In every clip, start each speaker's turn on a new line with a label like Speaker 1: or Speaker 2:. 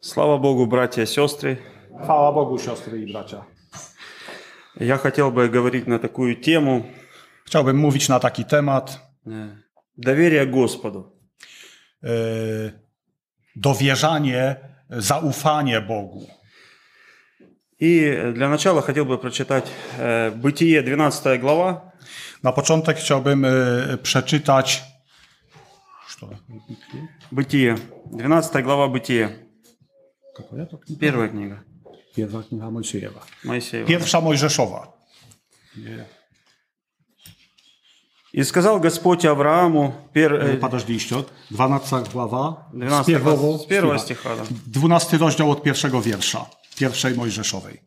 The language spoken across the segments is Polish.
Speaker 1: Слава Богу, братья и сестры.
Speaker 2: Chwała Bogu, siostry i bracia.
Speaker 1: Я хотел бы говорить на такую тему
Speaker 3: Chciałbym mówić na taki temat
Speaker 1: э, доверие Господу.
Speaker 3: e, dowierzanie, zaufanie Bogu.
Speaker 1: И для начала хотел бы прочитать э, Бытие 12 глава,
Speaker 3: Na początek chciałbym e, przeczytać
Speaker 1: Бытие, 12 глава Бытие,
Speaker 2: Kako ja to kniga?
Speaker 1: первая книга
Speaker 2: Pierwsza kniga Mojsiejeva.
Speaker 1: Моисеева.
Speaker 3: pierwsza Mojżeszowa.
Speaker 1: «И сказал Господь Аврааму...» пер- э,
Speaker 3: Podождźcie.
Speaker 2: 12 głowa.
Speaker 1: 12
Speaker 2: первого
Speaker 1: с первого стиха.
Speaker 2: стиха.
Speaker 1: да.
Speaker 3: 12 rozdział od pierwszego wiersza, pierwszej Mojżeszowej.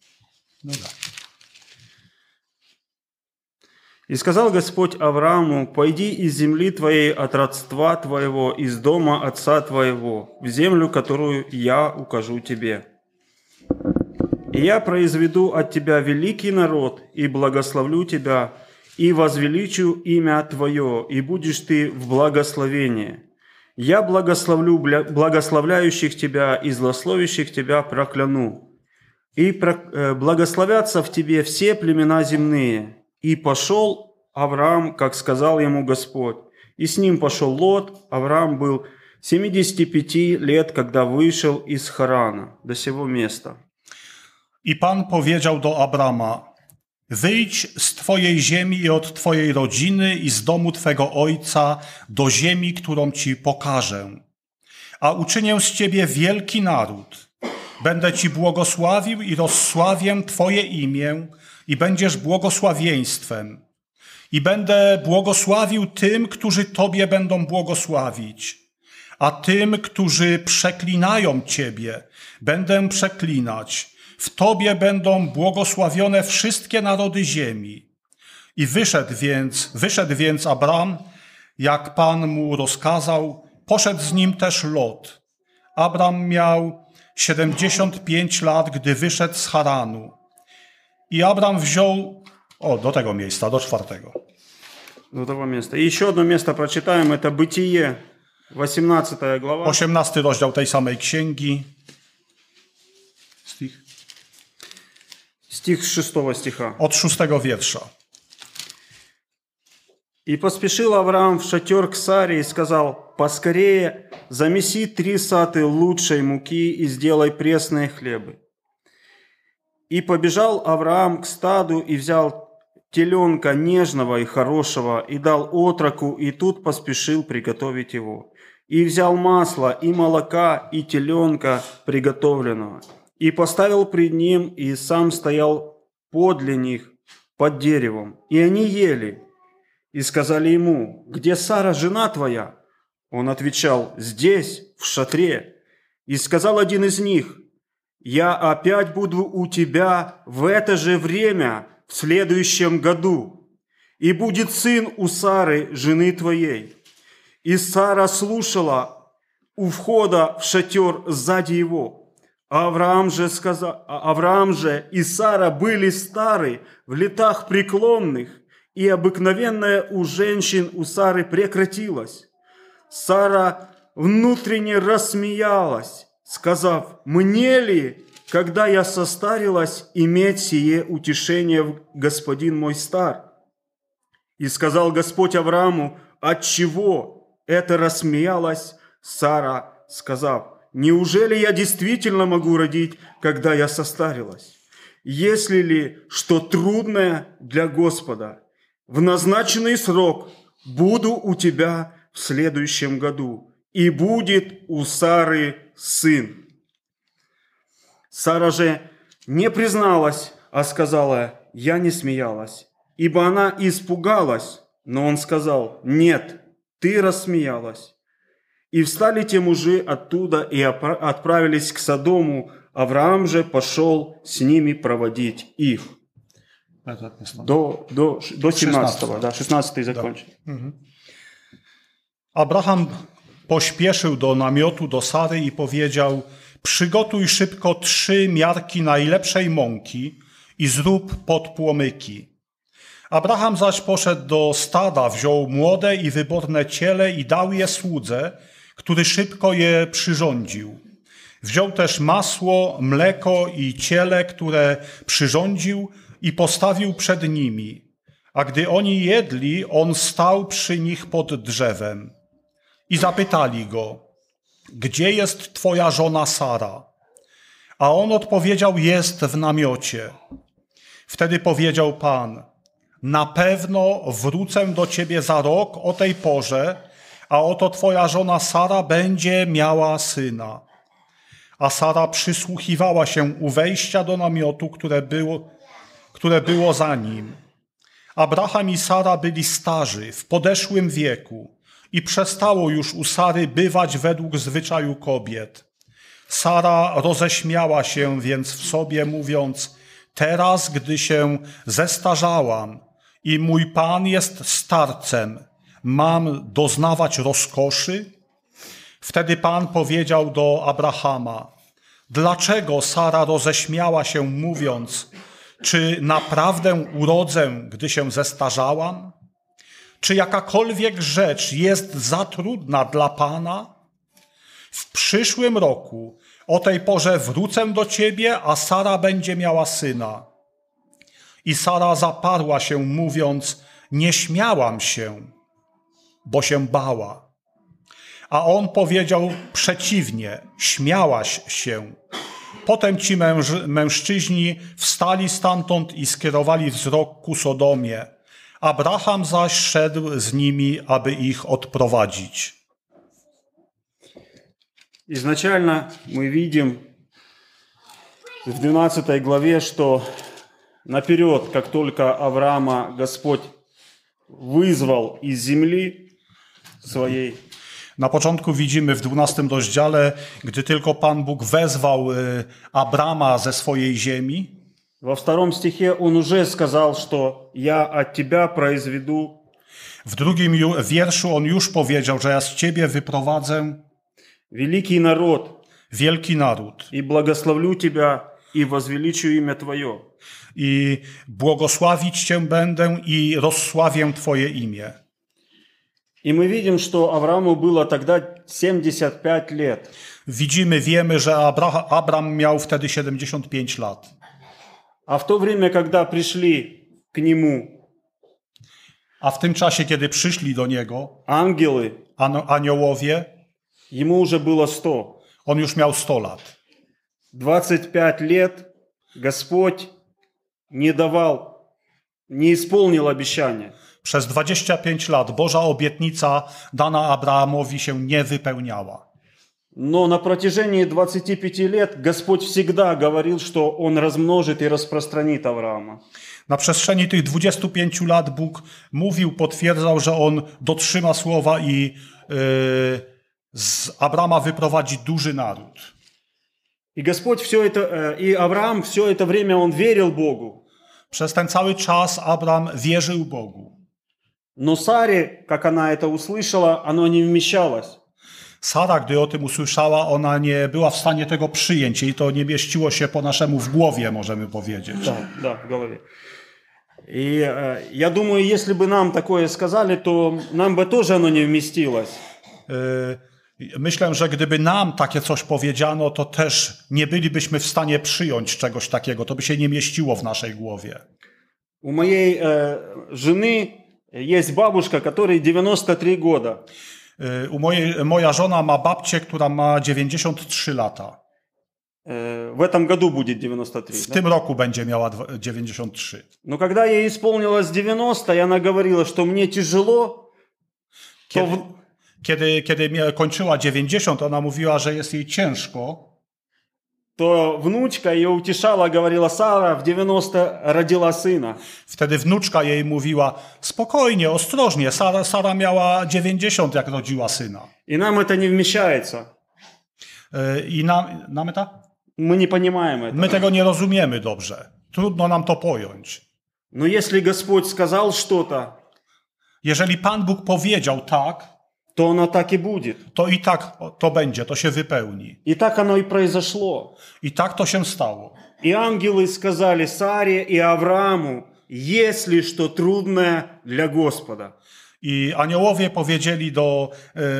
Speaker 1: «И сказал Господь Аврааму, «Пойди из земли твоей, от родства твоего, из дома отца твоего, в землю, которую я укажу тебе. И я произведу от тебя великий народ, и благословлю тебя, и возвеличу имя твое, и будешь ты в благословении. Я благословлю бля- благословляющих тебя, и злословящих тебя прокляну». И про- э, благословятся в тебе все племена земные. И пошел Авраам, как сказал ему Господь. И с ним пошел Лот. Авраам был 75 лет, когда вышел из Харана до сего места.
Speaker 3: I Pan powiedział do Abrama: Wyjdź z twojej ziemi i od twojej rodziny i z domu twego ojca do ziemi, którą ci pokażę. A uczynię z ciebie wielki naród. Będę ci błogosławił i rozsławię twoje imię i będziesz błogosławieństwem. I będę błogosławił tym, którzy tobie będą błogosławić a tym, którzy przeklinają Ciebie, będę przeklinać. W Tobie będą błogosławione wszystkie narody ziemi. I wyszedł więc, wyszedł więc Abram, jak Pan mu rozkazał, poszedł z nim też Lot. Abram miał 75 lat, gdy wyszedł z Haranu. I Abram wziął, o, do tego miejsca, do czwartego.
Speaker 1: До того места. И еще одно место прочитаем. Это Бытие, 18 глава.
Speaker 3: 18 rozdział tej samej księgi. Stich.
Speaker 1: Стих с 6 стиха.
Speaker 3: Od szóstego wiersza.
Speaker 1: И поспешил Авраам в шатер к Саре и сказал, «Поскорее замеси три саты лучшей муки и сделай пресные хлебы». И побежал Авраам к стаду и взял теленка нежного и хорошего и дал отроку, и тут поспешил приготовить его. И взял масло, и молока, и теленка приготовленного, и поставил пред ним, и сам стоял подле них под деревом. И они ели, и сказали ему, где Сара, жена твоя? Он отвечал, здесь, в шатре. И сказал один из них, я опять буду у тебя в это же время, в следующем году. И будет сын у Сары, жены твоей. И Сара слушала у входа в шатер сзади его. А Авраам же, сказа- а Авраам же и Сара были стары в летах преклонных, и обыкновенная у женщин у Сары прекратилась. Сара внутренне рассмеялась, сказав, «Мне ли, когда я состарилась, иметь сие утешение, в- господин мой стар?» И сказал Господь Аврааму, от чего это рассмеялась Сара, сказав, «Неужели я действительно могу родить, когда я состарилась? Если ли что трудное для Господа, в назначенный срок буду у тебя в следующем году, и будет у Сары сын». Сара же не призналась, а сказала, я не смеялась, ибо она испугалась. Но он сказал, нет, ты рассмеялась. И встали те мужи оттуда и опра- отправились к Содому. Авраам же пошел с ними проводить их. До, до, ш- до 17 да, 16 закончил.
Speaker 3: Abraham pośpieszył do namiotu do Sary i powiedział: Przygotuj szybko trzy miarki najlepszej mąki i zrób podpłomyki. Abraham zaś poszedł do stada, wziął młode i wyborne ciele i dał je słudze, który szybko je przyrządził. Wziął też masło, mleko i ciele, które przyrządził i postawił przed nimi. A gdy oni jedli, on stał przy nich pod drzewem. I zapytali go, gdzie jest twoja żona Sara? A on odpowiedział, jest w namiocie. Wtedy powiedział Pan, na pewno wrócę do ciebie za rok o tej porze, a oto twoja żona Sara będzie miała syna. A Sara przysłuchiwała się u wejścia do namiotu, które było, które było za nim. Abraham i Sara byli starzy, w podeszłym wieku, i przestało już u Sary bywać według zwyczaju kobiet. Sara roześmiała się więc w sobie, mówiąc: Teraz, gdy się zestarzałam i mój pan jest starcem, mam doznawać rozkoszy? Wtedy pan powiedział do Abrahama: Dlaczego Sara roześmiała się, mówiąc: Czy naprawdę urodzę, gdy się zestarzałam? Czy jakakolwiek rzecz jest za trudna dla Pana? W przyszłym roku o tej porze wrócę do ciebie, a Sara będzie miała syna. I Sara zaparła się, mówiąc: Nie śmiałam się, bo się bała. A on powiedział przeciwnie: Śmiałaś się. Potem ci męż mężczyźni wstali stamtąd i skierowali wzrok ku Sodomie. Abraham zaś szedł z nimi, aby ich odprowadzić.
Speaker 1: Изначально мы видим в 12 главе, что наперед, как только Авраама Господь вызвал из земли своей,
Speaker 3: Na początku widzimy w 12 rozdziale, gdy tylko Pan Bóg wezwał y, Abrama ze swojej ziemi,
Speaker 1: во втором стихе он уже сказал, что «Я от тебя произведу
Speaker 3: w drugim ju- wierszu on już powiedział, że ja z ciebie wyprowadzę
Speaker 1: великий народ
Speaker 3: wielki naród
Speaker 1: и благословлю тебя и возвеличу имя твое».
Speaker 3: i błogosławić cię będę i rozsławię twoje imię.
Speaker 1: И мы видим, что Аврааму было тогда 75 лет.
Speaker 3: Widzimy, wiemy, że Abra- Abram miał wtedy 75 lat.
Speaker 1: А в то время, когда пришли к нему
Speaker 3: A w tym czasie, kiedy przyszli do niego
Speaker 1: ангелы,
Speaker 3: an- aniołowie,
Speaker 1: ему уже было 100.
Speaker 3: on już miał 100 lat.
Speaker 1: 25 лет Господь не давал, не исполнил обещания.
Speaker 3: Przez 25 lat Boża obietnica dana Abrahamowi się nie wypełniała.
Speaker 1: Но на протяжении 25 лет Господь всегда говорил, что Он размножит и распространит Авраама.
Speaker 3: Na przestrzeni tych 25 lat Bóg mówił, potwierdzał, że on dotrzyma słowa i yy, z Abrama wyprowadzi duży naród.
Speaker 1: И Господь все это, э, и Авраам все это время он верил Богу.
Speaker 3: Przez ten cały czas Abram wierzył Bogu.
Speaker 1: Но Саре, как она это услышала, оно не вмещалось.
Speaker 3: Sara, gdy o tym usłyszała, ona nie była w stanie tego przyjąć i to nie mieściło się po naszemu w głowie, możemy powiedzieć.
Speaker 1: Да, да, в голове. И э, я думаю, если бы нам такое сказали, то нам бы тоже оно не вместилось.
Speaker 3: Yy, E, Myślę, że gdyby nam takie coś powiedziano, to też nie bylibyśmy w stanie przyjąć czegoś takiego. To by się nie mieściło w naszej głowie.
Speaker 1: У моей э, жены есть бабушка, которой 93 года.
Speaker 3: Yy, U mojej, moja żona ma babcię, która ma 93 lata.
Speaker 1: Э, в этом году будет 93.
Speaker 3: W
Speaker 1: да?
Speaker 3: tym roku będzie miała dwa- 93.
Speaker 1: Но когда ей исполнилось 90, и она говорила, что мне tяжело, то
Speaker 3: Kiedy,
Speaker 1: в-
Speaker 3: kiedy, kiedy mia- kończyła 90, ona mówiła, że jest jej ciężko.
Speaker 1: то внучка ее утешала, говорила, Сара в 90 родила сына.
Speaker 3: Wtedy wnuczka jej mówiła: Spokojnie, ostrożnie. Sara, Sara miała 90, jak rodziła syna.
Speaker 1: И нам это не wмещается.
Speaker 3: Yy, I nam, nam ta?
Speaker 1: Мы не понимаем это.
Speaker 3: My tego nie rozumiemy dobrze. Trudno nam to pojąć.
Speaker 1: Но если Господь сказал что-то,
Speaker 3: Jeżeli Pan Bóg powiedział tak,
Speaker 1: то оно так и будет.
Speaker 3: to i tak to będzie, to się wypełni.
Speaker 1: И так оно и произошло.
Speaker 3: I tak to się stało.
Speaker 1: И ангелы сказали Саре и Аврааму, если что трудное для Господа.
Speaker 3: I aniołowie powiedzieli do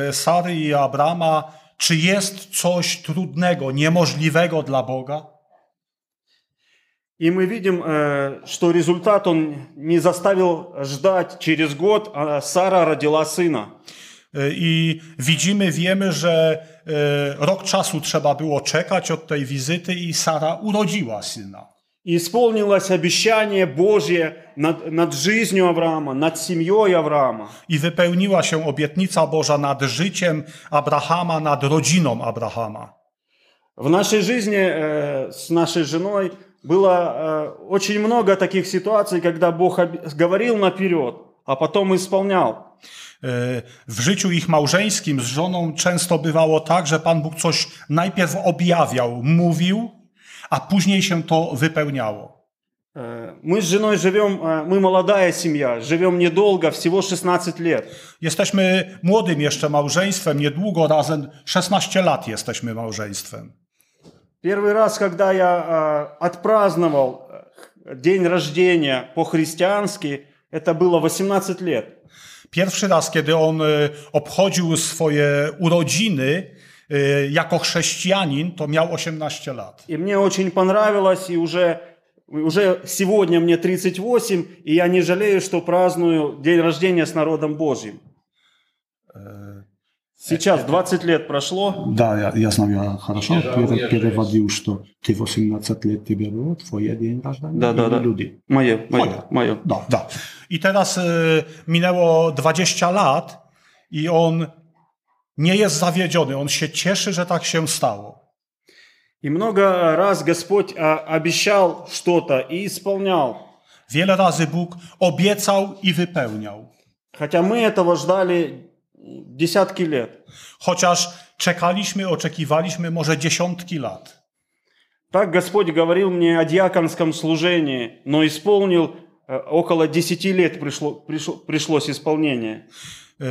Speaker 3: e, Sary i Abrama, Czy jest coś trudnego, niemożliwego dla Boga?
Speaker 1: И мы видим, э, что результат он не заставил ждать. Через год а, Сара родила сына.
Speaker 3: Y, I widzimy, wiemy, że y, rok czasu trzeba było czekać od tej wizyty i Sara urodziła syna.
Speaker 1: И исполнилось обещание Божье над, над жизнью Авраама, над семьей Авраама.
Speaker 3: I wypełniła się obietnica Boża nad życiem Abrahama, nad rodziną Abrahama.
Speaker 1: В нашей жизни э, с нашей женой было э, очень много таких ситуаций, когда Бог об- говорил наперед, а потом исполнял.
Speaker 3: Y, W życiu ich małżeńskim z żoną często bywało tak, że Pan Bóg coś najpierw objawiał, mówił, a później się to wypełniało.
Speaker 1: Э, Мы с женой живем, э, мы молодая семья, живем недолго, всего 16 лет.
Speaker 3: Jesteśmy młodym jeszcze małżeństwem, niedługo razem, 16 lat jesteśmy małżeństwem.
Speaker 1: Первый раз, когда я э, отпраздновал э, день рождения по-христиански, это было 18 лет.
Speaker 3: Pierwszy raz, kiedy on y, obchodził swoje urodziny y, jako chrześcijanin, to miał 18 lat.
Speaker 1: И мне очень понравилось, и уже, уже сегодня мне 38, и я не жалею, что праздную день рождения с народом Божьим.
Speaker 3: Y,
Speaker 1: Сейчас 20 лет прошло.
Speaker 2: Da, ja, ja znam ja хорошо. Pie- Pierewadził, że to ty w 18 lat ciebie było, twoje dzień rażdania
Speaker 1: Da, da, da.
Speaker 2: ludzi.
Speaker 1: Мое, мое,
Speaker 3: Моя.
Speaker 1: мое.
Speaker 3: No, da. I teraz y, minęło 20 lat i on nie jest zawiedziony, on się cieszy, że tak się stało.
Speaker 1: И много раз Господь а, обещал что-то и исполнял.
Speaker 3: Wiele razy Bóg obiecał i wypełniał,
Speaker 1: Хотя мы этого ждали десятки лет.
Speaker 3: chociaż czekaliśmy, oczekiwaliśmy może dziesiątki lat.
Speaker 1: Так Господь говорил мне о диаконском служении, но исполнил э, около 10 лет пришло, пришло- пришлось исполнение.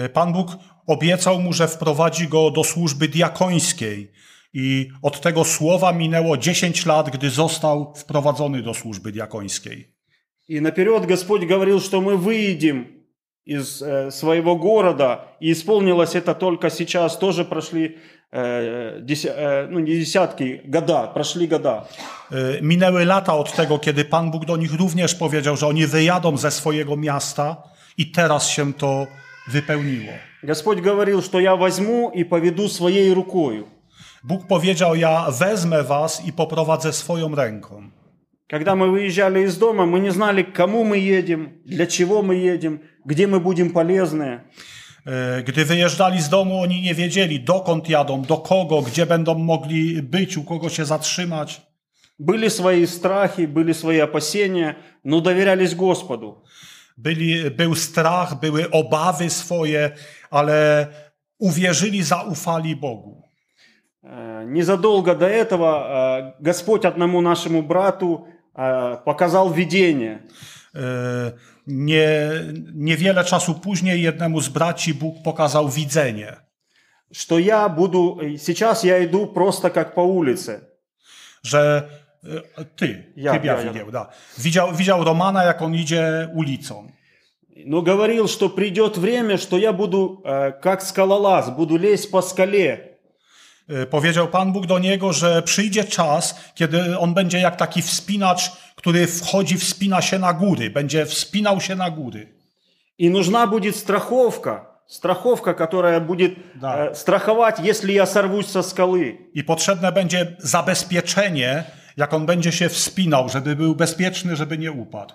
Speaker 3: Y, Pan Bóg obiecał mu, że wprowadzi go do służby diakońskiej. I od tego słowa minęło 10 lat, gdy został wprowadzony do służby diakońskiej.
Speaker 1: И наперед Господь говорил, что мы выйдем из э, своего города, и исполнилось это только сейчас, тоже прошли э, деся- э, ну, не десятки, года, прошли года.
Speaker 3: Y, Minęły lata od tego, kiedy Pan Bóg do nich również powiedział, że oni wyjadą ze swojego miasta, i teraz się to wypełniło.
Speaker 1: Господь говорил, что я возьму и поведу своей рукою.
Speaker 3: Bóg powiedział: Ja wezmę was i poprowadzę swoją ręką.
Speaker 1: Когда мы выезжали из дома, мы не знали, к кому мы едем, для чего мы едем, где мы будем полезны.
Speaker 3: Y, Gdy wyjeżdżali z domu, oni nie wiedzieli, dokąd jadą, do kogo, gdzie będą mogli być, u kogo się zatrzymać.
Speaker 1: Были свои страхи, были свои опасения, но doверялись Господу.
Speaker 3: Byli, był strach, były obawy swoje, ale uwierzyli, zaufali Bogu.
Speaker 1: Э, Незадолго до этого э, Господь одному нашему брату э, показал видение.
Speaker 3: Yy, Nie, niewiele czasu później jednemu z braci Bóg pokazał widzenie,
Speaker 1: что я буду, э, сейчас я иду просто как по улице.
Speaker 3: że yy, ty,
Speaker 1: Ja,
Speaker 3: ty ja,
Speaker 1: ja, ja.
Speaker 3: widział, da. widział, widział Romana, jak on idzie ulicą.
Speaker 1: Но говорил, что придет время, что я буду э, как скалолаз, буду лезть по скале.
Speaker 3: Yy, Powiedział Pan Bóg do niego, że przyjdzie czas, kiedy on będzie jak taki wspinacz, który wchodzi, wspina się na góry, będzie wspinał się na góry.
Speaker 1: И нужна будет страховка, страховка, которая будет
Speaker 3: Да.
Speaker 1: э, страховать, если я сорвусь со скалы.
Speaker 3: I potrzebne będzie zabezpieczenie, jak on będzie się wspinał, żeby był bezpieczny, żeby nie upadł.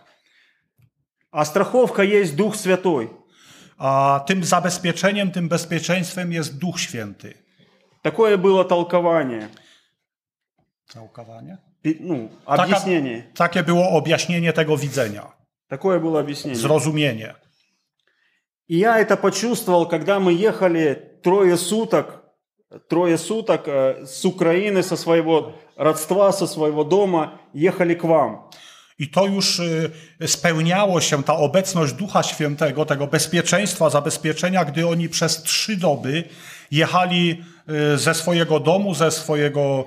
Speaker 1: А страховка есть Дух Святой.
Speaker 3: A tym zabezpieczeniem, tym bezpieczeństwem jest Duch Święty.
Speaker 1: Такое было толкование,
Speaker 3: Całkowanie?
Speaker 1: пи- ну,
Speaker 3: Taka-
Speaker 1: объяснение.
Speaker 3: Takie było objaśnienie tego widzenia,
Speaker 1: Такое было объяснение.
Speaker 3: zrozumienie.
Speaker 1: И я это почувствовал, когда мы ехали трое суток, трое суток э, с Украины, со своего родства, со своего domu, ехали к вам.
Speaker 3: I to już y, spełniało się, ta obecność Ducha Świętego, tego bezpieczeństwa, zabezpieczenia, gdy oni przez trzy doby jechali y, ze swojego domu, ze swojego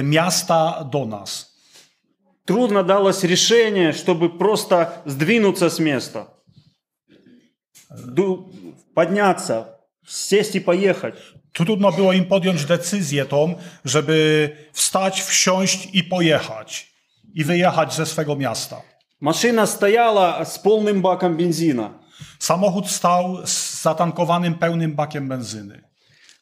Speaker 3: y, miasta do nas.
Speaker 1: Трудно далось решение, чтобы просто сдвинуться с места, Ду- подняться, сесть и поехать.
Speaker 3: Trudno było im podjąć decyzję tą, żeby wstać, wsiąść i pojechać. I wyjechać ze swego miasta.
Speaker 1: Машина стояла с полным баком бензина.
Speaker 3: Samochód stał z zatankowanym pełnym bakiem benzyny.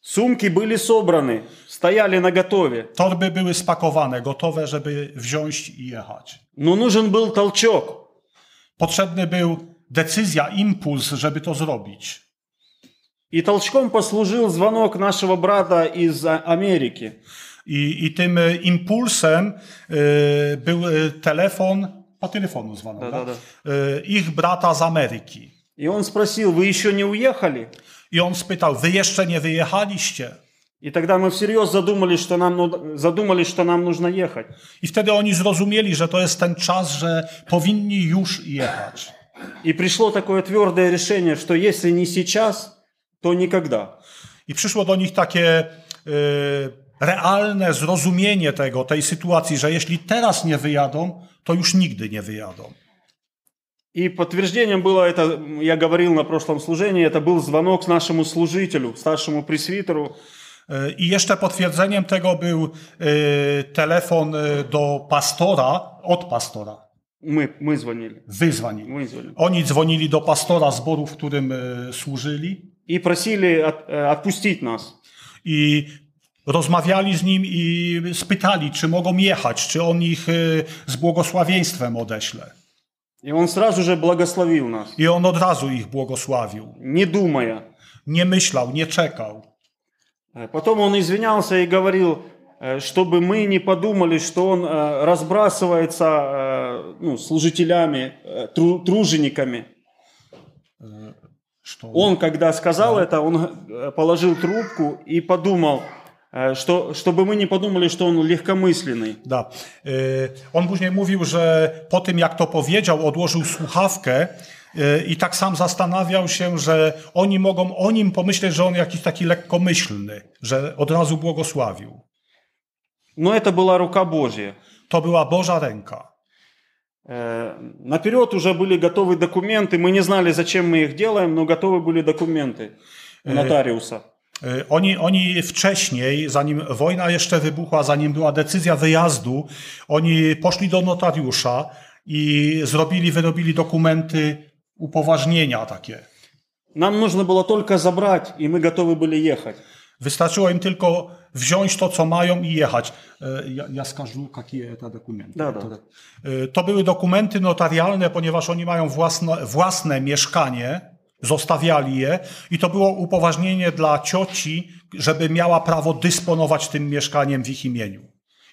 Speaker 1: Сумки были собраны, стояли на готове.
Speaker 3: Torby były spakowane, gotowe, żeby wziąć i jechać.
Speaker 1: Но нужен был толчок.
Speaker 3: Potrzebny był decyzja, impuls, żeby to zrobić.
Speaker 1: И толчком послужил звонок нашего брата из а, Америки.
Speaker 3: I, i tym e, impulsem e, był e, telefon, po telefonu zwano,
Speaker 1: Da,
Speaker 3: da,
Speaker 1: da,
Speaker 3: E, ich brata z Ameryki.
Speaker 1: И он спросил, вы еще не уехали?
Speaker 3: I on spytał, wy jeszcze nie wyjechaliście?
Speaker 1: И тогда мы всерьез задумались, что нам, ну- задумали, что нам нужно ехать.
Speaker 3: I wtedy oni zrozumieli, że to jest ten czas, że powinni już jechać.
Speaker 1: И пришло такое твердое решение, что если не сейчас, то никогда.
Speaker 3: I przyszło do nich takie e, realne zrozumienie tego, tej sytuacji, że jeśli teraz nie wyjadą, to już nigdy nie wyjadą.
Speaker 1: И подтверждением было это, м, я говорил на прошлом служении, это был звонок к нашему служителю, старшему пресвитеру.
Speaker 3: E, I jeszcze potwierdzeniem tego był e, telefon e, do pastora, od pastora.
Speaker 1: Мы, мы звонили.
Speaker 3: Wyzwań.
Speaker 1: Мы звонили.
Speaker 3: Oni dzwonili do pastora zboru, w którym e, służyli
Speaker 1: И просили от- э, отпустить нас.
Speaker 3: i rozmawiali z nim i spytali, czy mogą jechać, czy on ich e, z błogosławieństwem odeśle.
Speaker 1: И он сразу же благословил нас,
Speaker 3: I on od razu ich błogosławił.
Speaker 1: не думая.
Speaker 3: nie myślał, nie czekał.
Speaker 1: Э, Потом он извинялся и говорил, э, чтобы мы не подумали, что он э, разбрасывается э, ну, служителями, э, тру- тружениками.
Speaker 3: Что...
Speaker 1: Он, когда сказал это, он э, положил трубку и подумал, э, что, чтобы мы не подумали, что он легкомысленный.
Speaker 3: Da. Y, On później mówił, że po tym jak to powiedział, odłożył słuchawkę y, i tak sam zastanawiał się, że oni mogą o nim pomyśleć, że on jakiś taki lekkomyślny, że od razu błogosławił.
Speaker 1: Но это была рука Божья.
Speaker 3: To była Boża ręka.
Speaker 1: Э, Наперед уже были готовы документы. Мы не знали, зачем мы их делаем, но готовы были документы у нотариуса.
Speaker 3: Y, Oni, oni wcześniej, zanim wojna jeszcze wybuchła, zanim była decyzja wyjazdu, oni poszli do notariusza i zrobili, wyrobili dokumenty upoważnienia takie.
Speaker 1: Нам нужно было только zabрать, и мы готовы были ехать.
Speaker 3: Wystarczyło im tylko wziąć to, co mają i jechać. E, Ja, ja skażu, jakie to e, dokumenty.
Speaker 1: Да, да.
Speaker 3: To, e, to były dokumenty notarialne, ponieważ oni mają własne, własne mieszkanie, zostawiali je i to było upoważnienie dla cioci, żeby miała prawo dysponować tym mieszkaniem w ich imieniu.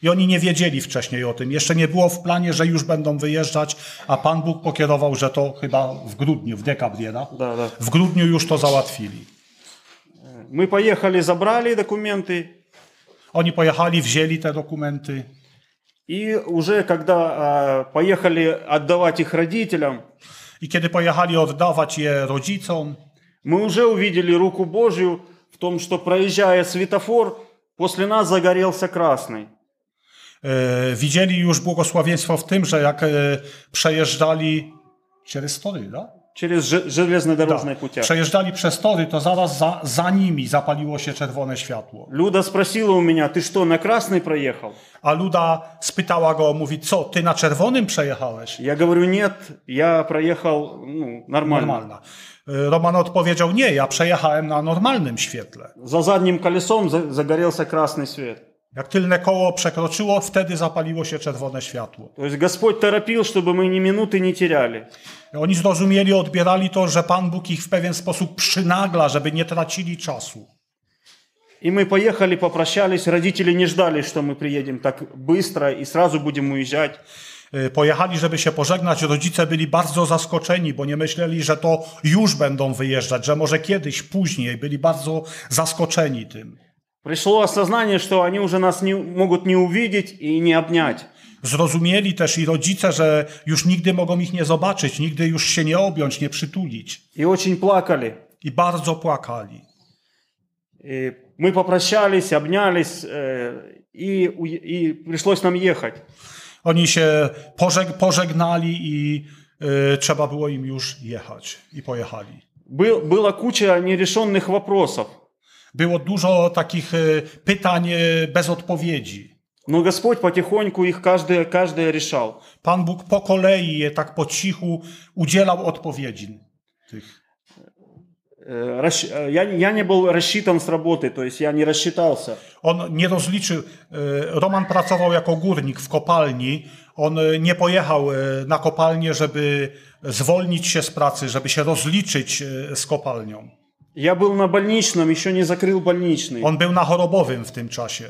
Speaker 3: I oni nie wiedzieli wcześniej o tym. Jeszcze nie było w planie, że już będą wyjeżdżać, a Pan Bóg pokierował, że to chyba w grudniu, w dekabriera.
Speaker 1: Да, да.
Speaker 3: W grudniu już to załatwili.
Speaker 1: Мы поехали, забрали документы,
Speaker 3: Oni pojechali, wzięli te dokumenty.
Speaker 1: и уже когда э, поехали отдавать их родителям,
Speaker 3: I kiedy pojechali oddawać je rodzicom,
Speaker 1: мы уже увидели руку Божью в том, что проезжая светофор, после нас загорелся красный.
Speaker 3: e, widzieli już błogosławieństwo w tym, że jak e, przejeżdżali przez tory, da? Tak.
Speaker 1: Через же- железнодорожные пути.
Speaker 3: przejeżdżali przez tory, to zaraz za, za nimi zapaliło się czerwone światło.
Speaker 1: Люда спросила у меня, ты что, на красный проехал?
Speaker 3: A Luda spytała go, mówi, co, ty na czerwonym przejechałeś?
Speaker 1: Я говорю, нет, я проехал ну, нормально.
Speaker 3: Normalna. E, Roman odpowiedział, nie, ja przejechałem na normalnym świetle.
Speaker 1: За задним колесом за- загорелся красный свет.
Speaker 3: Jak tylne koło przekroczyło, wtedy zapaliło się czerwone światło.
Speaker 1: То есть Господь торопил, чтобы мы ни минуты не теряли.
Speaker 3: Oni zrozumieli, odbierali to, że Pan Bóg ich w pewien sposób przynagla, żeby nie tracili czasu.
Speaker 1: И мы поехали, попрощались. Родители не ждали, что мы приедем так быстро и сразу будем уезжать.
Speaker 3: Y, Pojechali, żeby się pożegnać. Rodzice byli bardzo zaskoczeni, bo nie myśleli, że to już będą wyjeżdżać, że może kiedyś, później. Byli bardzo zaskoczeni tym.
Speaker 1: Пришло осознание, что они уже нас не, могут не увидеть и не обнять.
Speaker 3: Zrozumieli też i rodzice, że już nigdy mogą ich nie zobaczyć, nigdy już się nie objąć, nie przytulić.
Speaker 1: И очень плакали.
Speaker 3: I bardzo płakali.
Speaker 1: И мы попрощались, обнялись, э, и, уе- и пришлось нам ехать.
Speaker 3: Oni się pożeg- pożegnali i y, trzeba było im już jechać. I pojechali.
Speaker 1: Был, была куча нерешенных вопросов.
Speaker 3: Było dużo takich y, pytań y, bez odpowiedzi.
Speaker 1: Но Господь потихоньку их каждое, каждое решал.
Speaker 3: Pan Bóg po kolei je tak po cichu udzielał odpowiedzi. Tych.
Speaker 1: Э, расщ- э, Я, я не был рассчитан с работы, то есть я не рассчитался.
Speaker 3: On nie rozliczył. y, Roman pracował jako górnik w kopalni. On y, nie pojechał y, na kopalnię, żeby zwolnić się z pracy, żeby się rozliczyć y, z kopalnią.
Speaker 1: Я был на больничном, еще не закрыл больничный.
Speaker 3: On był na chorobowym w tym czasie.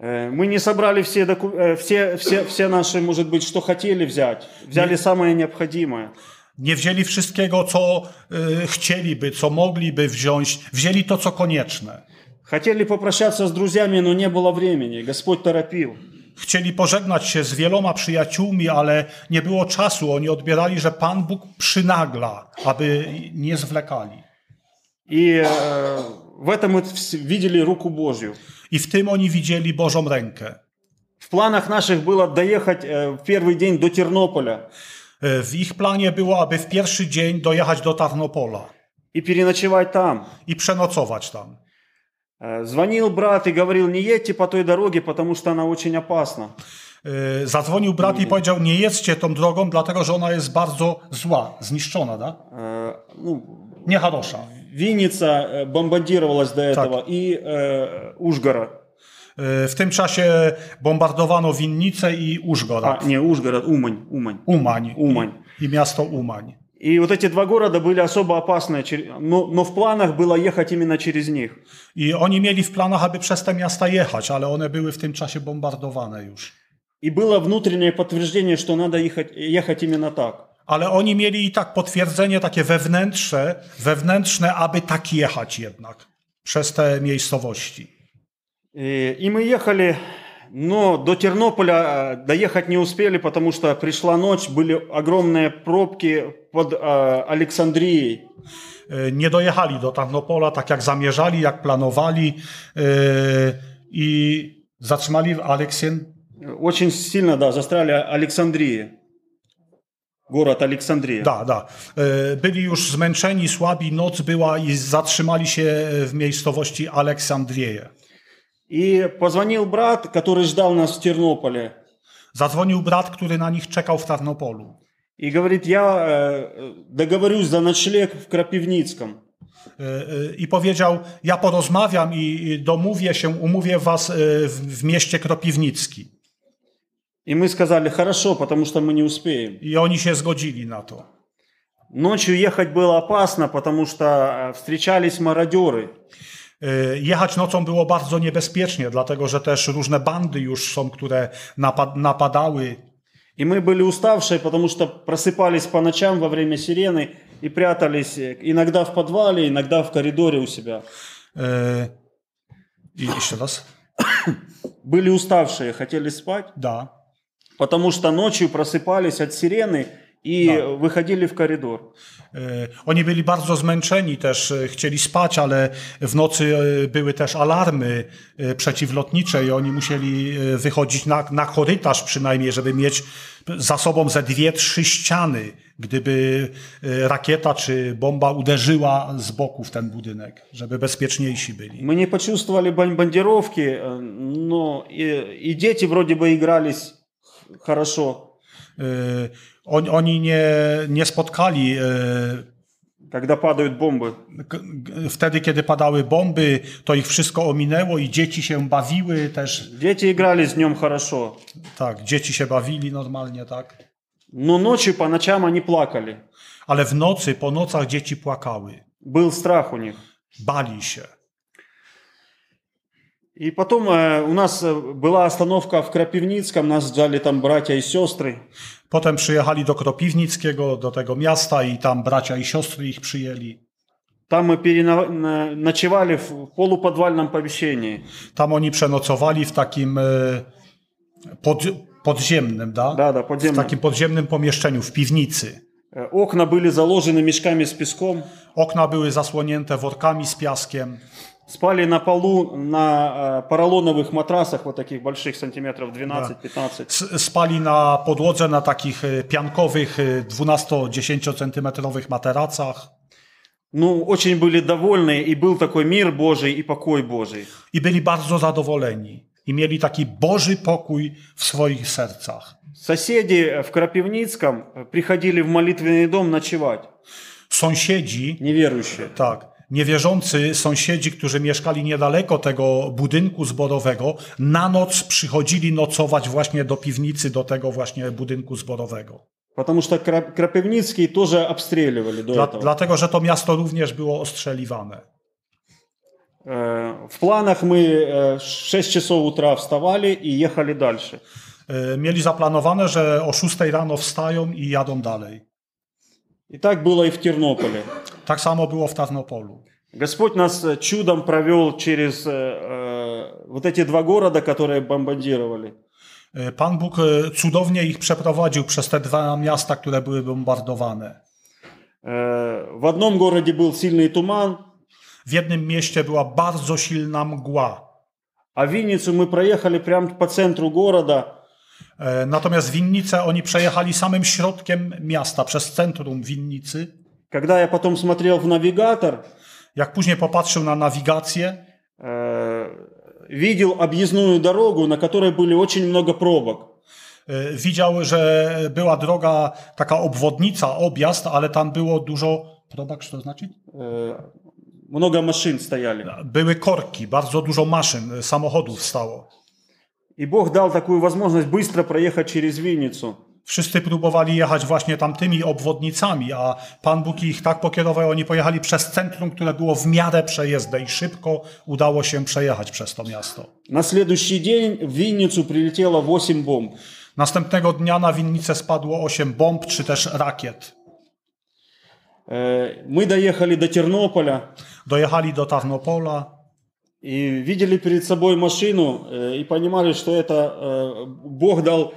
Speaker 1: Э, Мы не собрали все, доку- э, все, все, все наши, может быть, что хотели взять. Взяли самое необходимое.
Speaker 3: Nie wzięli wszystkiego, co y, chcieliby, co mogliby wziąć. Wzięli to, co konieczne.
Speaker 1: Хотели попрощаться с друзьями, но не было времени. Господь торопил.
Speaker 3: Chcieli pożegnać się z wieloma przyjaciółmi, ale nie było czasu. Oni odbierali, że Pan Bóg przynagla, aby nie zwlekali.
Speaker 1: И э, в этом мы вс- видели руку Божью.
Speaker 3: I w tym oni widzieli Bożą rękę.
Speaker 1: В планах наших было доехать э, в первый день до Тернополя
Speaker 3: E, W ich planie było, aby w pierwszy dzień dojechać do Tarnopola
Speaker 1: и переночевать там.
Speaker 3: i przenocować tam.
Speaker 1: Э, Звонил брат и говорил, не едьте по той дороге, потому что она очень опасна.
Speaker 3: E, Zadzwonił brat i powiedział: Nie jedźcie tą drogą, dlatego że ona jest bardzo zła, zniszczona, tak? E,
Speaker 1: Э, ну,
Speaker 3: Niehadosza.
Speaker 1: Винница э, бомбардировалась до этого и э, Ужгород.
Speaker 3: E, W tym czasie bombardowano Winnicę i
Speaker 1: А,
Speaker 3: Użgorod,
Speaker 1: не, Ужгород, Умань, Умань.
Speaker 3: Umań,
Speaker 1: Umań.
Speaker 3: I, i miasto Umań.
Speaker 1: И вот эти два города были особо опасны, чер- но, но в планах было ехать именно через них.
Speaker 3: I oni mieli w planach, aby przez te miasta jechać, ale one były w tym czasie bombardowane już.
Speaker 1: И было внутреннее подтверждение, что надо ехать, ехать именно так.
Speaker 3: Ale oni mieli i tak potwierdzenie takie wewnętrzne, wewnętrzne, aby tak jechać jednak przez te miejscowości.
Speaker 1: Э, И, и мы ехали, но до Тернополя э, доехать не успели, потому что пришла ночь, были огромные пробки под э, Александрией.
Speaker 3: E, Nie dojechali do Tarnopola tak jak zamierzali, jak planowali e, i zatrzymali w Aleksien.
Speaker 1: Очень сильно, да, застряли Александрии. Город Александрия.
Speaker 3: Da, da. E, Byli już zmęczeni, słabi, noc była i zatrzymali się w miejscowości Aleksandrieje.
Speaker 1: И позвонил брат, который ждал нас в Тернополе,
Speaker 3: Zadzwonił brat, który na nich czekał w Tarnopolu.
Speaker 1: и говорит, я э, договорюсь за ночлег в Крапивницком.
Speaker 3: E, e, I powiedział: Ja porozmawiam i i domówię się, umówię was e, w, w mieście Kropiwnicki.
Speaker 1: И мы сказали, хорошо, потому что мы не успеем.
Speaker 3: I oni się zgodzili na to.
Speaker 1: Ночью ехать было опасно, потому что э, встречались мародеры.
Speaker 3: E, Jechać nocą było bardzo niebezpiecznie, dlatego że też różne bandy już są, które napad napadały.
Speaker 1: И мы были уставшие, потому что просыпались по ночам во время сирены и прятались э, иногда в подвале, иногда в коридоре у себя.
Speaker 3: E, I jeszcze raz.
Speaker 1: Были уставшие, хотели спать,
Speaker 3: Da.
Speaker 1: потому что ночью просыпались от сирены и
Speaker 3: Да.
Speaker 1: э, выходили в коридор.
Speaker 3: E, Oni byli bardzo zmęczeni też, e, chcieli spać, ale w nocy e, były też alarmy e, przeciwlotnicze i oni musieli e, wychodzić na, na korytarz przynajmniej, żeby mieć za sobą ze dwie, trzy ściany, gdyby e, rakieta czy bomba uderzyła z boku w ten budynek, żeby bezpieczniejsi byli.
Speaker 1: Мы не почувствовали бан- бомбардировки, э, но и, и дети вроде бы игрались х- хорошо,
Speaker 3: E, On, oni nie, nie spotkali e,
Speaker 1: когда падают бомбы.
Speaker 3: K- g- Wtedy, kiedy padały bomby, to ich wszystko ominęło i dzieci się bawiły też.
Speaker 1: Дети игрались днем хорошо,
Speaker 3: Tak, dzieci się bawili normalnie, tak.
Speaker 1: но ночью по ночам они плакали.
Speaker 3: Ale w nocy, po nocach dzieci płakały,
Speaker 1: Был страх у них.
Speaker 3: bali się.
Speaker 1: И потом э, у нас э, была остановка в Крапивницком, нас ждали там братья и сестры.
Speaker 3: Potem przyjechali do Kropiwnickiego, do tego miasta i tam bracia i siostry ich przyjęli.
Speaker 1: Там мы переночевали в полуподвальном помещении.
Speaker 3: Tam oni przenocowali w takim e, pod, podziemnym, da?
Speaker 1: Да, да,
Speaker 3: W
Speaker 1: подземном.
Speaker 3: takim podziemnym pomieszczeniu, w piwnicy.
Speaker 1: Э, Окна были заложены мешками с песком.
Speaker 3: Okna były zasłonięte workami z piaskiem.
Speaker 1: Спали на полу на э, поролоновых матрасах, вот таких больших, сантиметров 12-15.
Speaker 3: S- spali na podłodze na takich e, piankowych 12-10 centymetrowych e, materacach.
Speaker 1: ну, очень были довольны, и был такой мир Божий и покой Божий.
Speaker 3: i byli bardzo zadowoleni i mieli taki Boży pokój w swoich sercach.
Speaker 1: Соседи э, в Крапивницком э, приходили в молитвенный дом ночевать,
Speaker 3: Sąsiedzi,
Speaker 1: неверующие.
Speaker 3: tak, niewierzący sąsiedzi, którzy mieszkali niedaleko tego budynku zborowego, na noc przychodzili nocować właśnie do piwnicy, do tego właśnie budynku zborowego.
Speaker 1: Потому что Кра- Крапивницкий тоже обстреливали до
Speaker 3: Dla,
Speaker 1: этого.
Speaker 3: dlatego, że to miasto również było ostrzeliwane.
Speaker 1: Э, В планах мы э, в 6 часов утра вставали и ехали дальше.
Speaker 3: Y, Mieli zaplanowane, że o 6 rano wstają i jadą dalej.
Speaker 1: И так было и в Тернополе.
Speaker 3: Tak samo było w Tarnopolu.
Speaker 1: Господь нас э, чудом провел через э, э, вот эти два города, которые бомбардировали.
Speaker 3: Y, Pan Bóg y, cudownie ich przeprowadził przez te dwa miasta, które były bombardowane.
Speaker 1: Э, В одном городе был сильный туман,
Speaker 3: W jednym mieście była bardzo silna mgła.
Speaker 1: а Винницу мы проехали прямо по центру gорода.
Speaker 3: E, Natomiast winnicę oni przejechali samym środkiem miasta, przez centrum winnicy.
Speaker 1: Когда я потом смотрел в навигатор,
Speaker 3: Jak później popatrzył na nawigację,
Speaker 1: э, видел объездную дорогу, на которой были очень много пробок.
Speaker 3: e, widział, że była droga, taka obwodnica, objazd, ale tam było dużo. Probak, co to znaczy?
Speaker 1: Э, Много машин стояли.
Speaker 3: Były korki, bardzo dużo maszyn, e, samochodów stało.
Speaker 1: И Бог дал такую возможность bыстро проехать через Винницу.
Speaker 3: Wszyscy próbowali jechać właśnie tamtymi obwodnicami, a Pan Bóg ich tak pokierował, oni pojechali przez centrum, które było w miarę przejezdne i szybko udało się przejechać przez to miasto.
Speaker 1: На следующий день в Винницу прилетело 8 бомб.
Speaker 3: Następnego dnia na winnicę spadło 8 bomb czy też rakiet.
Speaker 1: Э, Мы доехали до Тернополя
Speaker 3: Dojechali do Tarnopola,
Speaker 1: и видели перед собой машину э, и понимали, что это э, Бог дал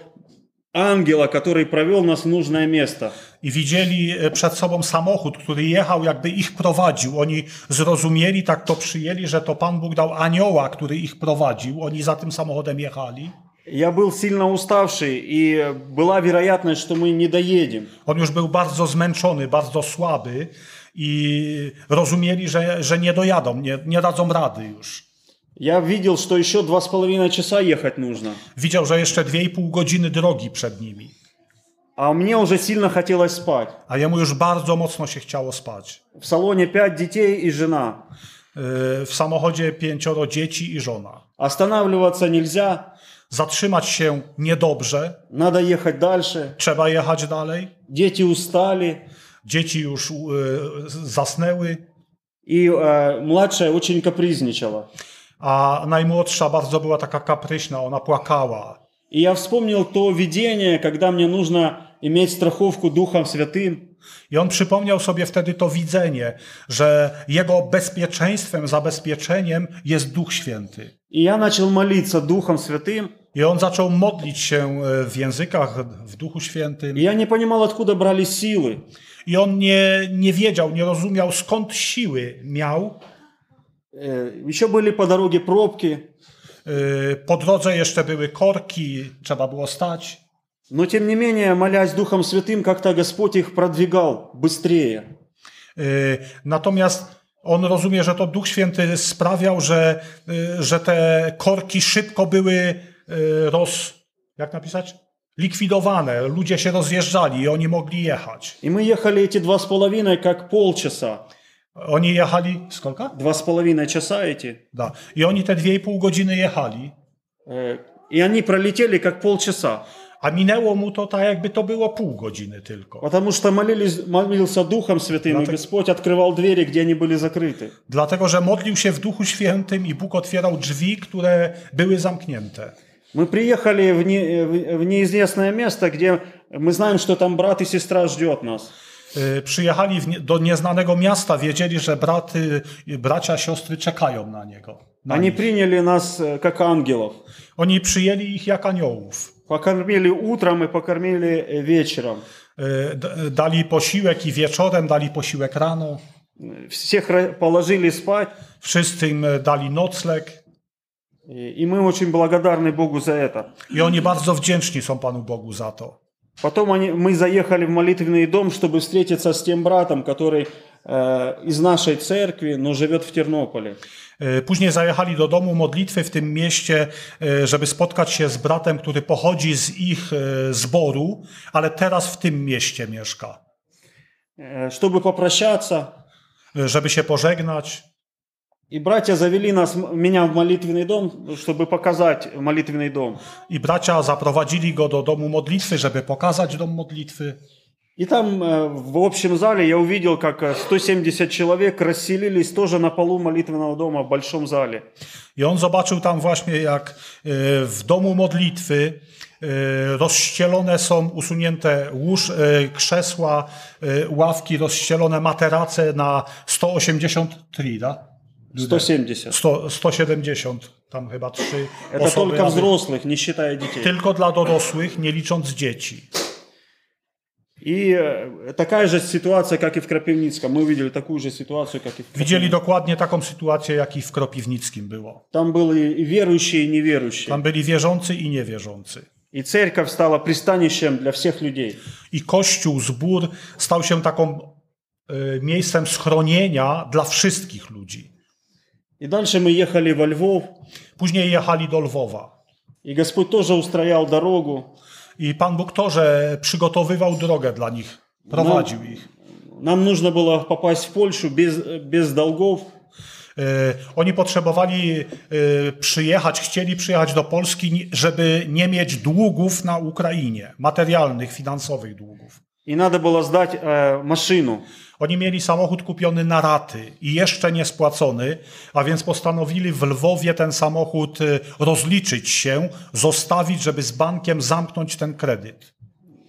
Speaker 1: ангела, который провел нас в нужное место.
Speaker 3: i widzieli e, przed sobą samochód, który jechał, jakby ich prowadził. Oni zrozumieli, tak to przyjęli, że to Pan Bóg dał anioła, który ich prowadził. Oni za tym samochodem jechali.
Speaker 1: Я был сильно уставший, и э, была вероятность, что мы не доедем.
Speaker 3: On już był bardzo zmęczony, bardzo słaby i rozumieli, że, że nie dojadą, nie, nie dadzą rady już.
Speaker 1: Я видел, что еще два с половиной часа ехать нужно.
Speaker 3: Widział, że jeszcze 2,5 godziny drogi przed nimi,
Speaker 1: А мне уже сильно хотелось спать.
Speaker 3: a jemu już bardzo mocno się chciało spać.
Speaker 1: В салоне пять детей и жена.
Speaker 3: Yy, W samochodzie pięcioro dzieci i żona.
Speaker 1: Останавливаться нельзя,
Speaker 3: Zatrzymać się niedobrze,
Speaker 1: надо ехать дальше.
Speaker 3: trzeba jechać dalej.
Speaker 1: Дети устали.
Speaker 3: Dzieci już yy, zasnęły,
Speaker 1: И э, младшая очень капризничала.
Speaker 3: a najmłodsza bardzo była taka kapryśna, ona płakała.
Speaker 1: И я вспомнил то видение, когда мне нужно иметь страховку Духом Святым.
Speaker 3: I on przypomniał sobie wtedy to widzenie, że jego bezpieczeństwem, zabezpieczeniem jest Duch Święty.
Speaker 1: И я начал молиться Духом Святым.
Speaker 3: I on zaczął modlić się e, w językach, w Duchu Świętym.
Speaker 1: И я не понимал, откуда брали силы.
Speaker 3: I on nie, nie wiedział, nie rozumiał skąd siły miał.
Speaker 1: Э, еще были по дороге пробки.
Speaker 3: E, Po drodze jeszcze były korki, trzeba było stać.
Speaker 1: Но тем не менее, молясь Духом Святым, как-то Господь их продвигал быстрее.
Speaker 3: E, Natomiast on rozumie, że to Duch Święty sprawiał, że, e, że te korki szybko były e, roz. Jak napisać? Likwidowane. Ludzie się rozjeżdżali i oni mogli jechać.
Speaker 1: И мы ехали эти два с половиной, как polчаса.
Speaker 3: Oni jechali. Skolka?
Speaker 1: Два с половиной часа эти.
Speaker 3: Da. I oni te dwie i pół godziny jechali,
Speaker 1: Э, И они пролетели, как polчаса.
Speaker 3: a minęło mu to tak, jakby to było pół godziny tylko.
Speaker 1: Потому что молились, молился Духом Святым, и
Speaker 3: Надо-
Speaker 1: Господь открывал двери, где они были закрыты.
Speaker 3: Dlatego, że modlił się w Duchu Świętym i Bóg otwierał drzwi, które były zamknięte.
Speaker 1: Мы приехали в, не- э, в- в неизвестное место, где мы знаем, что там брат и сестра ждет нас.
Speaker 3: Y, Przyjechali w nie, do nieznanego miasta, wiedzieli, że braty, y, bracia, siostry czekają na niego. Na
Speaker 1: Они
Speaker 3: nich.
Speaker 1: приняли нас э, как ангелов.
Speaker 3: Oni przyjęli ich jak aniołów.
Speaker 1: Покормили утром и покормили э, вечером.
Speaker 3: Y, d- Dali posiłek i wieczorem, dali posiłek rano.
Speaker 1: Всех ра- положили спать.
Speaker 3: Wszyscy im y, dali nocleg.
Speaker 1: И и мы очень благодарны Богу за это.
Speaker 3: I oni bardzo wdzięczni są Panu Bogu za to.
Speaker 1: Потом они, мы заехали в молитвенный дом, чтобы встретиться с тем братом, который э, из нашей церкви, но живет в Тернополе.
Speaker 3: E, Później zajechali do domu modlitwy w tym mieście, e, żeby spotkać się z bratem, który pochodzi z ich e, zboru, ale teraz w tym mieście mieszka,
Speaker 1: Э, чтобы pопрощаться.
Speaker 3: E, żeby się pożegnać.
Speaker 1: И братья завели нас, м- меня в молитвенный дом, чтобы показать молитвенный дом.
Speaker 3: I bracia zaprowadzili go do domu modlitwy, żeby pokazać dom modlitwy.
Speaker 1: И там э, в общем зале я увидел, как э, 170 человек расселились тоже на полу молитвенного дома в большом зале.
Speaker 3: I on zobaczył tam właśnie, jak e, w domu modlitwy e, rozścielone są usunięte łóż, e, krzesła, e, ławki, rozścielone materace na 180 tri, da?
Speaker 1: 170.
Speaker 3: 100, 170, tam chyba trzy
Speaker 1: Это
Speaker 3: osoby.
Speaker 1: только
Speaker 3: aby-
Speaker 1: взрослых, не считая детей.
Speaker 3: Tylko dla dorosłych, nie licząc dzieci.
Speaker 1: И э, такая же ситуация, как и в Крапивницком. Мы увидели такую же ситуацию, как и в
Speaker 3: Widzieli
Speaker 1: Крапивницком.
Speaker 3: dokładnie taką sytuację, jak i w Kropiwnickim było.
Speaker 1: Там были и верующие, и неверующие.
Speaker 3: Tam byli wierzący i niewierzący.
Speaker 1: И церковь стала пристанищем для всех людей.
Speaker 3: I kościół, zbór stał się taką e, miejscem schronienia dla wszystkich ludzi.
Speaker 1: И дальше мы ехали во Львов,
Speaker 3: Później jechali do Lwowa.
Speaker 1: и Господь тоже ustроял дорогу.
Speaker 3: I Pan Bóg to, że przygotowywał drogę dla nich, prowadził ich.
Speaker 1: Нам нужно было попасть в Польшу без, без долгов,
Speaker 3: E, Oni potrzebowali e, przyjechać, chcieli przyjechać do Polski, ni- żeby nie mieć długów na Ukrainie, materialnych, finansowych długów.
Speaker 1: и надо было сдать э, машину.
Speaker 3: Oni mieli samochód kupiony na raty i jeszcze nie spłacony, a więc postanowili w Lwowie ten samochód e, rozliczyć się, zostawić, żeby z bankiem zamknąć ten kredyt.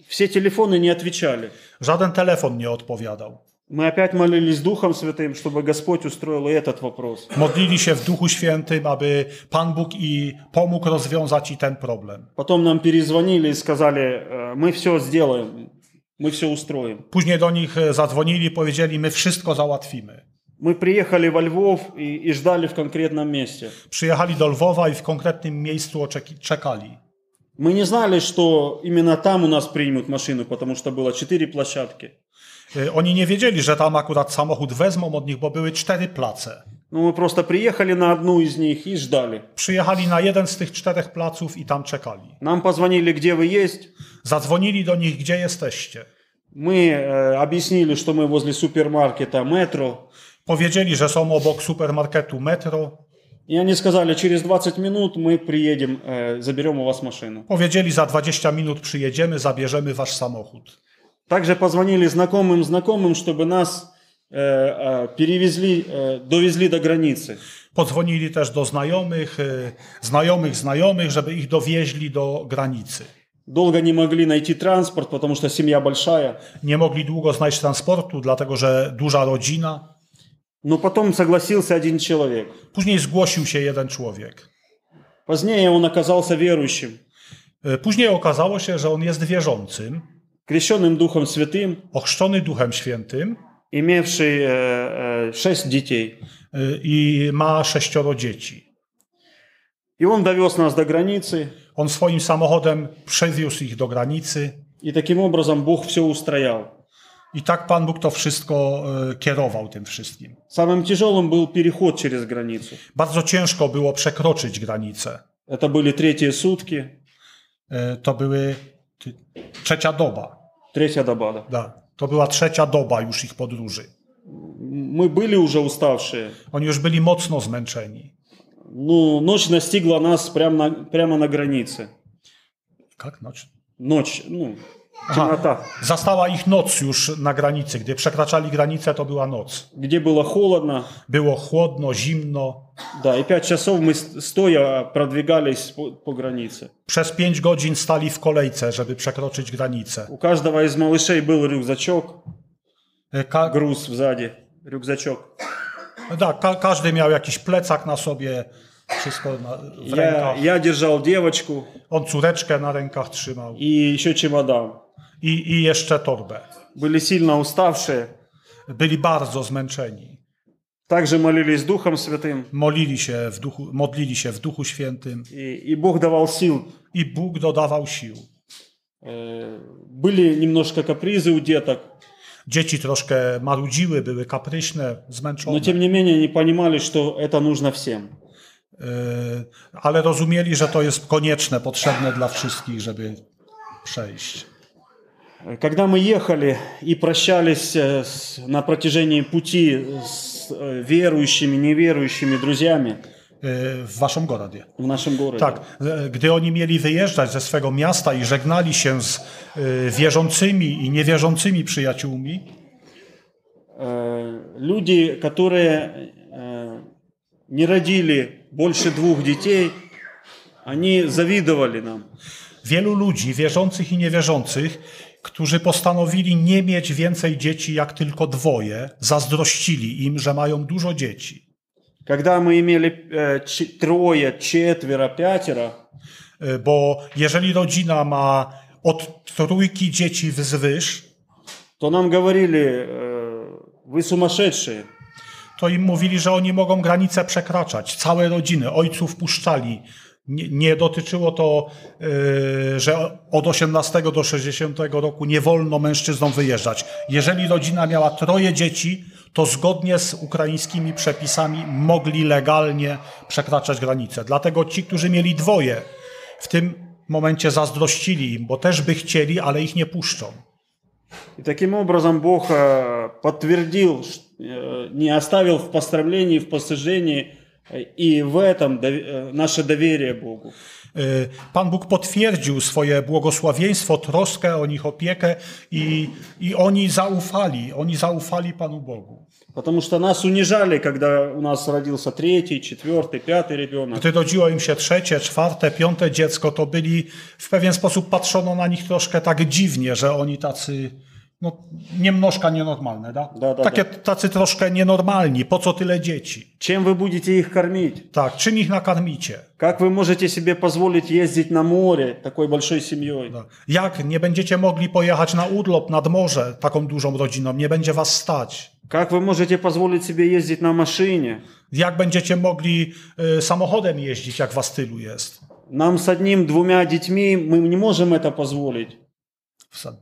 Speaker 1: Все телефоны не отвечали.
Speaker 3: Żaden telefon nie odpowiadał.
Speaker 1: Мы опять молились Духом Святым, чтобы Господь устроил и этот вопрос.
Speaker 3: Modlili się w Duchu Świętym, aby Pan Bóg i pomógł rozwiązać i ten problem.
Speaker 1: Потом нам перезвонили и сказали, э, мы все сделаем, мы все устроим.
Speaker 3: Później do nich e, zadzwonili, powiedzieli: My wszystko załatwimy.
Speaker 1: Мы приехали во Львов и, и ждали в конкретном месте.
Speaker 3: Przyjechali do Lwowa i w konkretnym miejscu oczeki- czekali.
Speaker 1: Мы не знали, что именно там у нас примут машину, потому что было четыре площадки.
Speaker 3: E, Oni nie wiedzieli, że tam akurat samochód wezmą od nich, bo były cztery place.
Speaker 1: Но мы просто приехали на одну из них и ждали.
Speaker 3: Przyjechali na jeden z tych czterech placów i tam czekali.
Speaker 1: Нам позвонили, где вы есть.
Speaker 3: Zadzwonili do nich: Gdzie jesteście?
Speaker 1: Мы э, объяснили, что мы возле супермаркета «Метро».
Speaker 3: Powiedzieli, że są obok supermarketu Metro.
Speaker 1: И они сказали, через 20 минут мы приедем, э, заберем у вас машину.
Speaker 3: Powiedzieli: Za 20 minut przyjedziemy, zabierzemy wasz samochód.
Speaker 1: Также позвонили знакомым знакомым, чтобы нас э, э, перевезли, э, довезли до границы.
Speaker 3: Podzwonili też do znajomych, y, znajomych, znajomych, żeby ich dowieźli do granicy.
Speaker 1: Долго не могли найти транспорт, потому что семья большая.
Speaker 3: Nie mogli długo znaleźć transportu, dlatego że duża rodzina.
Speaker 1: Но потом согласился один человек.
Speaker 3: Później zgłosił się jeden człowiek.
Speaker 1: Позднее он оказался верующим,
Speaker 3: Y, Później okazało się, że on jest wierzącym,
Speaker 1: крещенным Духом Святым,
Speaker 3: ochrzczony Duchem Świętym
Speaker 1: имевший э, э, шесть детей.
Speaker 3: y, i ma sześcioro dzieci.
Speaker 1: И он довез нас до границы,
Speaker 3: On swoim samochodem przewiózł ich do granicy
Speaker 1: и таким образом Бог все устроял.
Speaker 3: i tak Pan Bóg to wszystko y, kierował tym wszystkim.
Speaker 1: Самым тяжелым был переход через границу.
Speaker 3: Bardzo ciężko było przekroczyć granicę.
Speaker 1: Это были третьи сутки,
Speaker 3: Y, To były ty- trzecia doba.
Speaker 1: третья доба. да.
Speaker 3: Da. To była trzecia doba już ich podróży.
Speaker 1: Мы были уже уставшие.
Speaker 3: Oni już byli mocno zmęczeni.
Speaker 1: Ну, ночь настигла нас прямо на, прямо на границе.
Speaker 3: Jak noc?
Speaker 1: Ночь, ну,
Speaker 3: Aha.
Speaker 1: темнота.
Speaker 3: Zastała ich noc już na granicy. Gdy przekraczali granicę, to była noc.
Speaker 1: Где было холодно.
Speaker 3: Było chłodno, zimno.
Speaker 1: Да, и пять часов мы с- стоя продвигались по, по границе.
Speaker 3: Przez pięć godzin stali w kolejce, żeby przekroczyć granicę.
Speaker 1: У каждого из малышей был рюкзачок,
Speaker 3: E, Ka-
Speaker 1: груз сзади, рюкзачок.
Speaker 3: da, No tak, ka- każdy miał jakiś plecak na sobie, wszystko na, w
Speaker 1: Я,
Speaker 3: rękach.
Speaker 1: я держал девочку
Speaker 3: On córeczkę na rękach trzymał
Speaker 1: и еще чемодан.
Speaker 3: i, i jeszcze torbę.
Speaker 1: Были сильно уставшие.
Speaker 3: Byli bardzo zmęczeni.
Speaker 1: Также молились Духом Святым.
Speaker 3: Molili się w duchu, modlili się w Duchu Świętym
Speaker 1: И, и Бог давал сил.
Speaker 3: i Bóg dodawał sił.
Speaker 1: Э, Были немножко капризы у деток.
Speaker 3: Dzieci troszkę marudziły, były kapryśne, zmęczone.
Speaker 1: Но тем не менее они понимали, что это нужно всем.
Speaker 3: Yy, ale rozumieli, że to jest konieczne, potrzebne dla wszystkich, żeby przejść. e,
Speaker 1: Когда мы ехали и прощались э, с- на протяжении пути с э, верующими, неверующими друзьями
Speaker 3: Yy, W waszą Gorodzie.
Speaker 1: в нашем городе,
Speaker 3: Tak, yy, gdy oni mieli wyjeżdżać ze swego miasta i żegnali się z yy, wierzącymi i niewierzącymi przyjaciółmi,
Speaker 1: э, люди, которые э, не родили больше двух детей, они завидовали нам.
Speaker 3: wielu ludzi, wierzących i niewierzących, którzy postanowili nie mieć więcej dzieci jak tylko dwoje, zazdrościli im, że mają dużo dzieci.
Speaker 1: Когда мы имели э, ч- трое, четверо, пятеро,
Speaker 3: Yy, Bo jeżeli rodzina ma od trójki dzieci wzwyż,
Speaker 1: то нам говорили, э, вы сумасшедшие,
Speaker 3: to im mówili, że oni mogą granice przekraczać. Całe rodziny, ojców puszczali. Nie, nie dotyczyło to, yy, że od 18 do 60 roku nie wolno mężczyznom wyjeżdżać. Jeżeli rodzina miała troje dzieci, to zgodnie z ukraińskimi przepisami mogli legalnie przekraczać granice. Dlatego ci, którzy mieli dwoje, w tym momencie zazdrościli im, bo też by chcieli, ale ich nie puszczą.
Speaker 1: И таким образом Бог э, подтвердил, ш- э, не оставил в поставлении, в посажении, э, и в этом дов- э, наше доверие Богу.
Speaker 3: Y, Pan Bóg potwierdził swoje błogosławieństwo, troskę o nich, opiekę i, i oni zaufali, oni zaufali Panu Bogu.
Speaker 1: Потому что нас унижали, когда у нас родился третий, четвертый, пятый ребенок.
Speaker 3: Gdy rodziło im się trzecie, czwarte, piąte dziecko, to byli w pewien sposób patrzono na nich troszkę tak dziwnie, że oni tacy, no niemnożka nienormalne, da?
Speaker 1: Da, da,
Speaker 3: Takie,
Speaker 1: da.
Speaker 3: tacy troszkę nienormalni, po co tyle dzieci?
Speaker 1: Чем вы будете их кормить?
Speaker 3: Tak, czym ich nakarmicie?
Speaker 1: Как вы можете себе позволить ездить на море такой большой семьей?
Speaker 3: Da. Jak nie będziecie mogli pojechać na urlop nad morze taką dużą rodziną, nie będzie was stać.
Speaker 1: Как вы можете позволить себе ездить на машине?
Speaker 3: Jak będziecie mogli y, samochodem jeździć, jak was tylu jest?
Speaker 1: Нам с одним-двумя детьми мы не можем это позволить.
Speaker 3: W sad-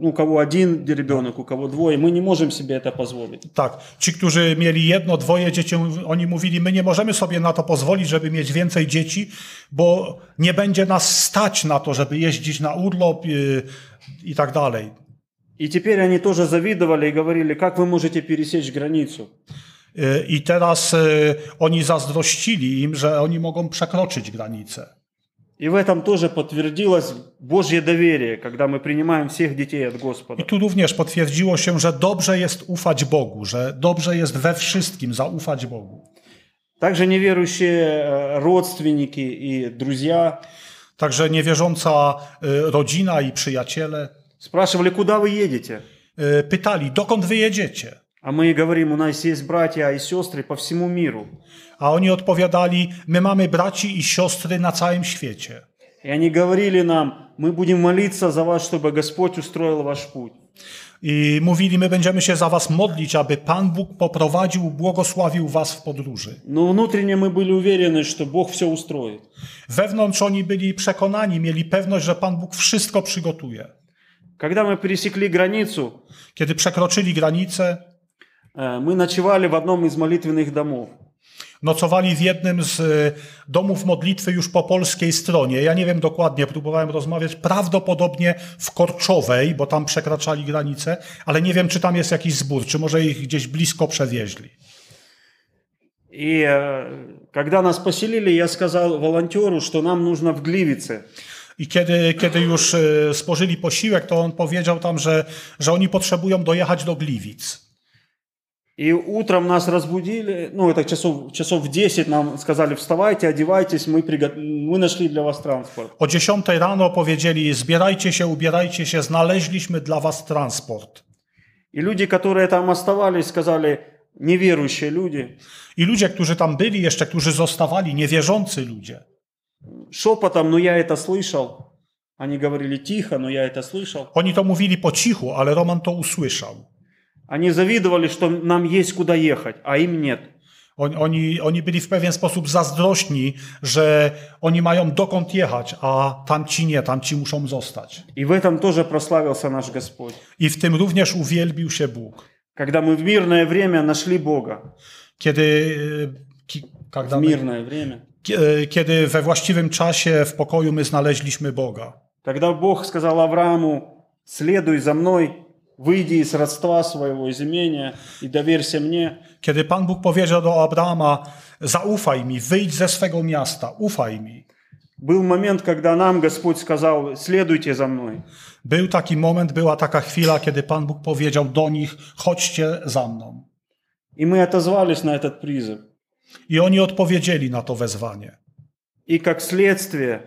Speaker 1: ну, у кого один ребенок, у кого двое, мы не можем себе это позволить.
Speaker 3: Tak, ci, którzy mieli jedno, dwoje dzieci, oni mówili, my nie możemy sobie na to pozwolić, żeby mieć więcej dzieci, bo nie będzie nas stać na to, żeby jeździć na urlop y, i tak dalej.
Speaker 1: И теперь они тоже завидовали и говорили, как вы можете пересечь границу?
Speaker 3: Y, I teraz y, oni zazdrościli im, że oni mogą przekroczyć granicę.
Speaker 1: И в этом тоже подтвердилось Божье доверие, когда мы принимаем всех детей от
Speaker 3: I
Speaker 1: Господа.
Speaker 3: tu również potwierdziło się, że dobrze jest ufać Bogu, że dobrze jest we wszystkim zaufać Bogu.
Speaker 1: Также неверующие э, родственники и друзья
Speaker 3: Także niewierząca y, rodzina i przyjaciele
Speaker 1: спрашивали, куда вы едете?
Speaker 3: y, pytali, dokąd wy jedziecie?
Speaker 1: А мы и говорим, у нас есть братья и сестры по всему mиру.
Speaker 3: A oni odpowiadali, my mamy braci i siostry na całym świecie.
Speaker 1: И они говорили нам, мы будем молиться за вас, чтобы Господь устроил ваш путь.
Speaker 3: I mówili, my będziemy się za was modlić, aby Pan Bóg poprowadził, błogosławił was w podróży.
Speaker 1: Но внутренне мы были уверены, что Бог все ustроит.
Speaker 3: Wewnątrz oni byli przekonani, mieli pewność, że Pan Bóg wszystko przygotuje.
Speaker 1: Когда мы пересекли границу,
Speaker 3: Kiedy przekroczyli granicę,
Speaker 1: э, мы ночевали в одном из молитвенных домов.
Speaker 3: nocowali w jednym z y, domów modlitwy już po polskiej stronie. Ja nie wiem dokładnie, próbowałem rozmawiać prawdopodobnie w Korczowej, bo tam przekraczali granicę, ale nie wiem, czy tam jest jakiś zbór, czy może ich gdzieś blisko przewieźli.
Speaker 1: И э, когда нас поселили, я сказал волонтеру, что нам нужно в Гливице.
Speaker 3: I kiedy, kiedy już y, spożyli posiłek, to on powiedział tam, że, że oni potrzebują dojechać do Gliwic.
Speaker 1: И утром нас разбудили, ну это часов, часов в 10 нам сказали, вставайте, одевайтесь, мы, приго- мы нашли для вас транспорт.
Speaker 3: O 10 rano powiedzieli, zbierajcie się, ubierajcie się, znaleźliśmy dla was transport.
Speaker 1: И люди, которые там оставались, сказали, неверующие люди,
Speaker 3: I ludzie, którzy tam byli jeszcze, którzy zostawali, niewierzący ludzie,
Speaker 1: шепотом, но «Ну, я это слышал. Они говорили тихо, но я это слышал.
Speaker 3: Oni to mówili po cichu, ale Roman to usłyszał.
Speaker 1: Они завидовали, что нам есть куда ехать, а им нет.
Speaker 3: On, oni, oni byli w pewien sposób zazdrośni, że oni mają dokąd jechać, a tamci nie, tamci muszą zostać.
Speaker 1: И в этом тоже прославился наш Господь.
Speaker 3: I w tym również uwielbił się Bóg.
Speaker 1: Когда мы в мирное время нашли Бога.
Speaker 3: Kiedy, e, ki,
Speaker 1: В
Speaker 3: когда my-
Speaker 1: мирное время.
Speaker 3: Kie- e, kiedy we właściwym czasie w pokoju my znaleźliśmy Boga.
Speaker 1: Когда Бог сказал Аврааму, следуй за мной, выйди из родства своего, из имения и доверься мне.
Speaker 3: Kiedy Pan Bóg powiedział do Abrama, zaufaj mi, wyjdź ze swego miasta, ufaj mi.
Speaker 1: Был момент, когда нам Господь сказал, следуйте за мной.
Speaker 3: Był taki moment, była taka chwila, kiedy Pan Bóg powiedział do nich, chodźcie za mną.
Speaker 1: И мы отозвались на этот призыв.
Speaker 3: I oni odpowiedzieli na to wezwanie.
Speaker 1: И как следствие,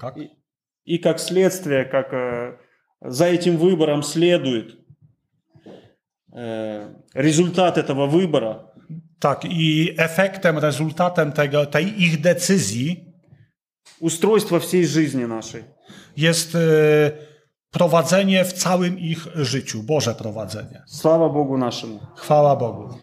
Speaker 3: Tak?
Speaker 1: и как следствие, как э, за этим выбором следует э, результат этого выбора,
Speaker 3: tak, i efektem, rezultatem tego, tej ich decyzji
Speaker 1: устройство всей жизни нашей.
Speaker 3: jest e, prowadzenie w całym ich życiu, Boże prowadzenie.
Speaker 1: Слава Богу нашему.
Speaker 3: Chwała Bogu.